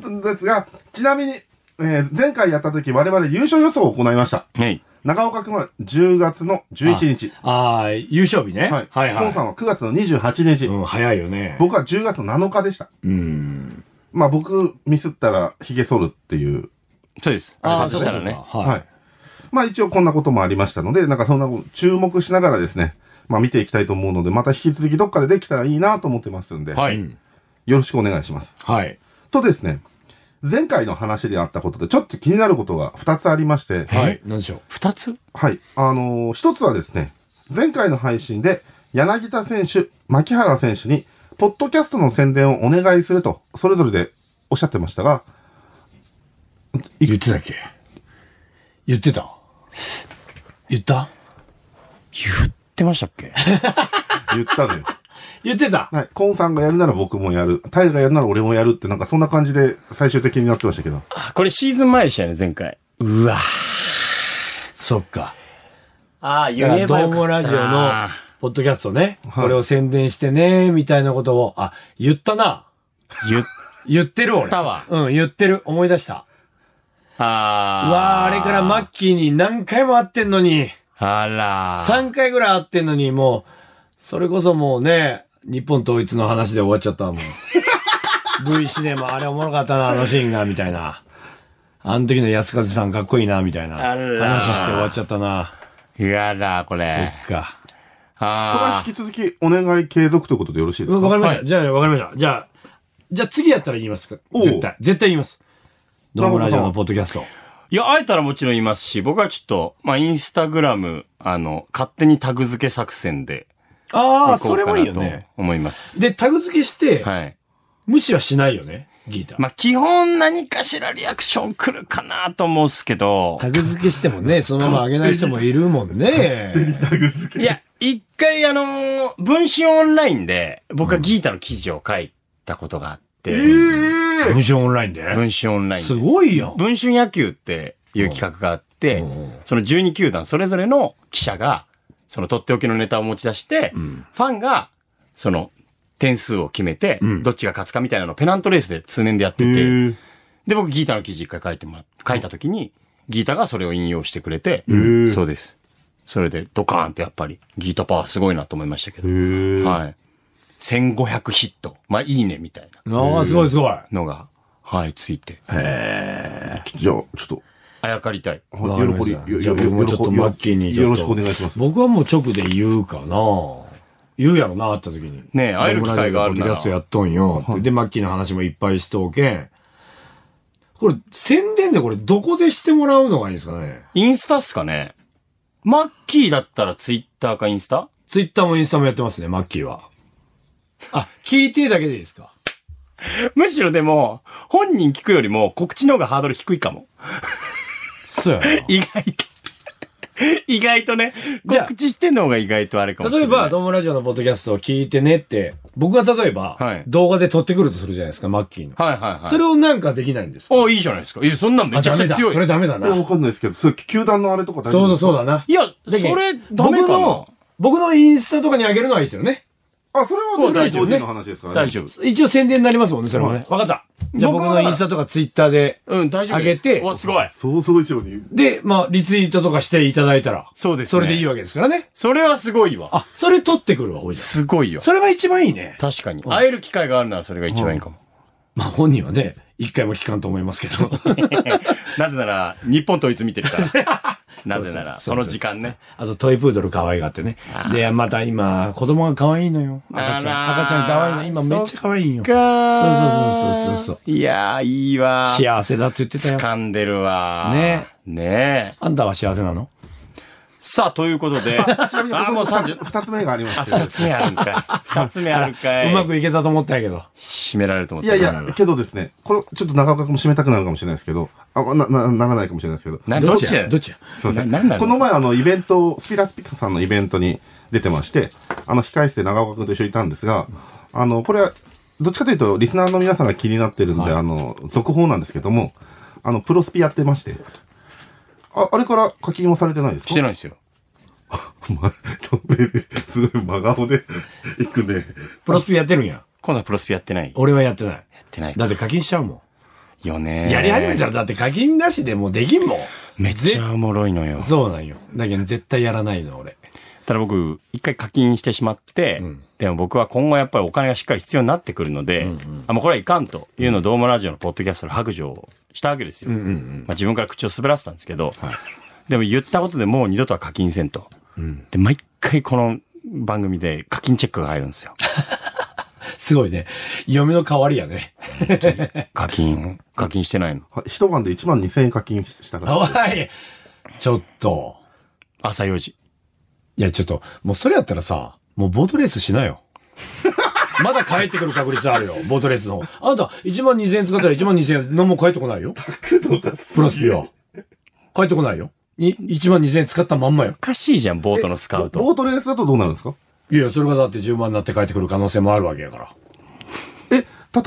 高
ですが、ちなみに、えー前回やった時我々優勝予想を行いました。
はい。
長岡君は10月の11日。
ああ、優勝日ね。
はい。
はいは
孫さん
い。
は9月の28日。
うん、早いよね。
僕は10月の7日でした。
うん。
まあ僕ミスったら髭剃るっていう。
そうです。
ああ、
外
そう
した
かそ
ら
う
ね。
か。
は
はい
い。まあ一応こんなこともありましたので、なんかそんなこと注目しながらですね、まあ見ていきたいと思うので、また引き続きどっかでできたらいいなと思ってますんで、
は
う
い。
ん。
よろしくお願いします。
はい。
とですね、前回の話であったことでちょっと気になることが2つありまして、
はい。なんでしょう。
二つ
はい。あのー一つはですね、前回の配信で、柳田選手、牧原選手に、ポッドキャストの宣伝をお願いすると、それぞれでおっしゃってましたが、
言ってたっけ言ってた言った
言ってましたっけ
言ったのよ。
言ってた
はい。コンさんがやるなら僕もやる。タイがやるなら俺もやるって、なんかそんな感じで最終的になってましたけど。
あこれシーズン前でしたよね、前回。うわ
そっか。
ああ、言
だから
えば
ドー
よか
ム
ったな
ラジオの、ポッドキャストね、これを宣伝してね、みたいなことを、あ、言ったな。
言っ
[LAUGHS] 言ってる俺。
たわ。
うん、言ってる。思い出した。
あ
うわあ、あれからマッキーに何回も会ってんのに、
あらー
3回ぐらい会ってんのに、もう、それこそもうね、日本統一の話で終わっちゃった
[LAUGHS]
もん。V シネマ、あれおもろかったな、あのシーンが、みたいな。あの時の安風さんかっこいいな、みたいな。
あら
話して終わっちゃったな。
やだ、こ
そ
れ。
っか。
これは
あ
引き続きお願い継続ということでよろしいです
うん
か
わかりまし
は
た。じゃあ、わかりました。じゃあ、じゃあ次やったら言いますか。
おう
絶対。絶対言います。ドームラジオ
な
の
るほ
ポッドキャスト。
いや、会えたらもちろん言いますし、僕はちょっと、まあ、インスタグラム、あの、勝手にタグ付け作戦で、
あ
行
あ、
こ
そうれ
か
もいい
な
よ
と
ね。
思います。
で、タグ付けして、
はい。
無視はしないよね、ギータ。
まあ、基本何かしらリアクション来るかなと思うんすけど、
タグ付けしてもね、 [LAUGHS] そのまま上げない人もいるもんね。
いや、一回あのー文春オンラインで、僕はギータの記事を書いたことがあって、
文章オンラインで。
文春オンラインです
ごいよ。
文春野球っていう企画があって
うんうん、
その12球団それぞれの記者が、そのとっておきのネタを持ち出して、ファンが、その、点数を決めて、
ん
どっちが勝つかみたいなのをペナントレースで通年でやって
へ
て、
ー
で、僕ギータの記事一回書いてもらっ書いた時に、ギータがそれを引用してくれて、
ー
そうです。それでドカーンとやっぱり、ギータパワーすごいなと思いましたけど、
へー
はい。1500ヒット、まあいいねみたいな
ああ、すごいすごい。
のが、はい、ついて。
じゃあ、ちょっと、
ああやかりたい。
喜
わかりました
び、
じゃあ僕もちょっと
喜び
マッキーにちょっと
よろしくお願いします。
僕はもう直で言うかな言うやろな、会った時に。
ねえ会える機会があるなら
ポッドキャストやっとんよって。で、マッキーの話もいっぱいしとうけん。これ、宣伝でこれ、どこでしてもらうのがいいんですかね
インスタっすかねマッキーだったらツイッターかインスタ
ツイッターもインスタもやってますね、マッキーは。あ、聞いてだけでいいですか
むしろでも、本人聞くよりも告知の方がハードル低いかも。
そうやな
意外と。 [LAUGHS] 意外とね、
じゃあ
告知してんの方が意外とあれかもし
例え
れな
ば、
い。
ドームラジオのポッドキャストを聞いてねって、僕が例えば、
はい
動画で撮ってくるとするじゃないですか、マッキーの。
はいはいはい。
それをなんかできないんですか
おいいじゃないですか。いや、そんなんめちゃくちゃ強
あダメだそれ
い。
ダメだ
い
な。
やわかんないですけど、そう、球団のあれとか大丈
そう
夫
だ
ですか
そうだな。
いや、そ
だけど
れ、ダメか
僕
な
の、僕のインスタとかに上げるのはいいですよね。
あ、それは
もう大丈夫
個人の話ですからね。
大丈夫。
一応宣伝になりますもんね、それもね。わかった。じゃあ
僕
僕
は
のインスタとかツイッターで、
うん、大丈夫です。
上げて
わ、すごい。
想像以上に。
で、まあ、リツイートとかしていただいたら、
そうですね
それでいいわけですからね。
それはすごいわ。
あ、それ撮ってくるわ、ほいじゃ
すごいよ。
それが一番いいね。
確かに。会える機会があるならそれが一番いいかも。
まあ、本人はね、一回も聞かんと思いますけ [LAUGHS] ど。
[LAUGHS] なぜなら、日本統一見てるから。なぜなら、その時間ね。
あと、トイプードル可愛がってね。で、また今、子供が可愛いのよ。赤ちゃ
あ
ん。
らー
赤ちゃん可愛いの。今めっちゃ可愛いよ。
か
そうそうそうそうそう
いやー、いいわ。
幸せだって言ってたよ。
掴んでるわ。
ね。
ねえ。
あんたは幸せなの
さあ、ということで。
ちなみに、
あ、もう
二つ
30。
二つ目がありま
あ、
して。
二つ目あるんかい。二つ目あるかい。
[LAUGHS] うまくいけたと思ったんやけど。
締められると思っ
い
た
や
ら。
いや、けどですね、これ、ちょっと長岡君も締めたくなるかもしれないですけど、あ、な、な、ならないかもしれないですけど、
などっちや
どっちや
すいません。
ななんなの
この前、あの、イベント、スピラスピカさんのイベントに出てまして、あの、控室で長岡君と一緒にいたんですが、あの、これは、どっちかというと、リスナーの皆さんが気になってるんで、あの、続報なんですけども、あの、プロスピやってまして、あ、あれから課金はされてないですか
してないですよ。
[LAUGHS] ますごい真顔で行くね。 [LAUGHS]
プロスピやってるんや。
コンさんプロスピやってないや
俺はやってない。
ってない
だって課金しちゃうも
よ
ん。
ね。
やり始めたらだって課金なしでもうできんもん。
めっちゃおもろいのよ。
そうなんよ。だけど絶対やらないの俺。
ただ僕、一回課金してしまって、でも僕は今後やっぱりお金がしっかり必要になってくるので、あ、もうこれはいかんというのをドームラジオのポッドキャストの白状をしたわけですよ。まあ自分から口を滑らせたんですけど、でも言ったことでもう二度とは課金せんと。で、毎回この番組で課金チェックが入るんですよ。
すごいね。嫁の代わりやね。
課金、課金してないの。
は一晩で1万2000円課金したらしい。
おいちょっと。
朝4時。
いや、ちょっと、もうそれやったらさ、もうボートレースしなよ。まだ帰ってくる確率あるよ、ボートレースの方。あんた、1万2000円使ったら1万2000円、何も返ってこないよ。プロスピは。帰ってこないよ。い1万2000円使ったまんまよ
お。かしいじゃん、ボートのスカウ
ボボ
ト。
ートレースだとどうなるんですか
いや、それがだって10万になって帰ってくる可能性もあるわけやから。
え、例え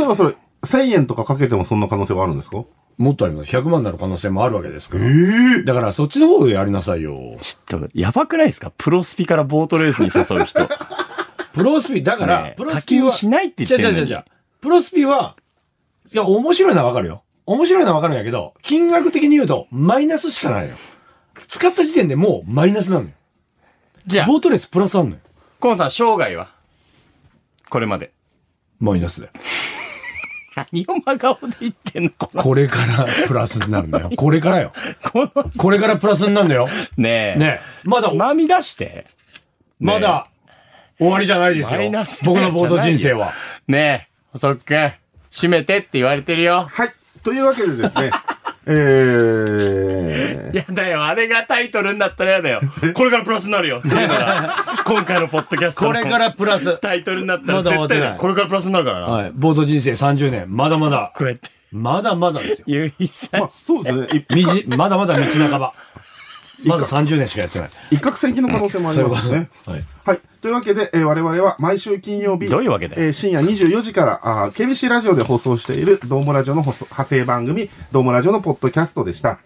ばそれ、1000円とかかけてもそんな可能性はあるんですか
もっとあります。100万になる可能性もあるわけですから。だから、そっちの方をやりなさいよ。
ちょっと、やばくないですかプロスピからボートレースに誘う [LAUGHS] 人。
プロスピ、だから、
ねえ
プロスピは。
課金しないって言ってんのに
違う違う違う違うプロスピは、いや、面白いのはわかるよ。面白いのはわかるんやけど、金額的に言うと、マイナスしかないのよ。使った時点でもうマイナスなのよ。
じゃあ、
ボートレースプラスあんのよ。
コンさん、生涯はこれまで。
マイナスだよ。
何を真顔で言ってんのこの、
これからプラスになるんだよ。これからよ。
[LAUGHS] この、
これからプラスになるんだよ。
[LAUGHS] ねえ。
ねえまだ
つまみ出して。ねえ
まだ、終わりじゃないですよ
マイナス。だよ
僕のボート人生は。
ねえ、細くん、閉めてって言われてるよ。
はい。というわけでで
[LAUGHS]
すね、えー、
やだよ、あれがタイトルになったらやだよ。これからプラスにな [LAUGHS] るよ。っていうのが、今回のポッドキャスト
こ
の
れからプラス。
タイトルになったら
まだ終わ
絶
っ
対
てない
だよこれからプラスになるからな。
はい。ボート人生30年。まだまだ。
こうやって、
まだまだですよ。
ゆいさん
まあ、そうですね。い
みじまだまだ道半ば。まだ30年しかやってない。
一攫千金の可能性もありますね。
はい。
はい。というわけで、えー我々は毎週金曜日、
どういうわけだよ
えー深夜24時から、あー KBC ラジオで放送している、ドームラジオの放送派生番組、ドームラジオのポッドキャストでした。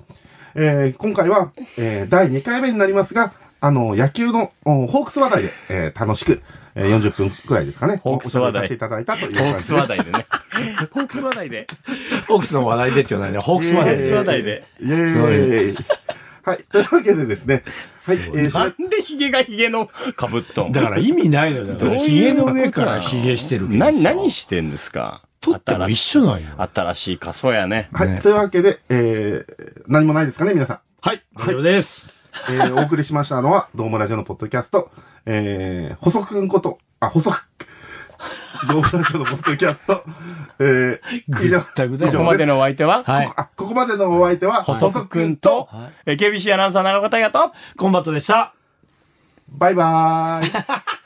えー今回は、えー第2回目になりますが、あの、野球の、おホークス話題で、えー楽しく、えー40分くらいですかね。
ホークス話題
おしゃべりさせていただいたという
ホー
感じで
ク
す
ス話題でね。ホークス話題で。
ホークスの話題でって言わないね。ホークスま
ホークス
で。
話題で。
イエーイ。はい。というわけでですね、はい。えーし
なんでヒゲがヒゲのかぶっとん
だから意味ないのよ。だから
どう
ヒ
い
ゲ
うこと
の
なの
上からヒゲしてるけどさ
な、何してんですか
取っても一緒なんよ。
新しい仮想やね。
はい、
ね
というわけで、えー、何もないですかね、皆さん。
はい、大丈夫です。
え [LAUGHS] ー、お送りしましたのは、どうもラジオのポッドキャスト、えー、細くんこと、あ、細 [LAUGHS] く、どうもラジオのポッドキャスト、えー、以上、
たぐだ
以上
ここまでのお相手は、
はい
ここ。あ、ここまでのお相手は、
細
細
くく
くん
ん
と
と、
はい
えー KBC アナウンサー長岡大和と、
コンバットでした。
バイバーイ。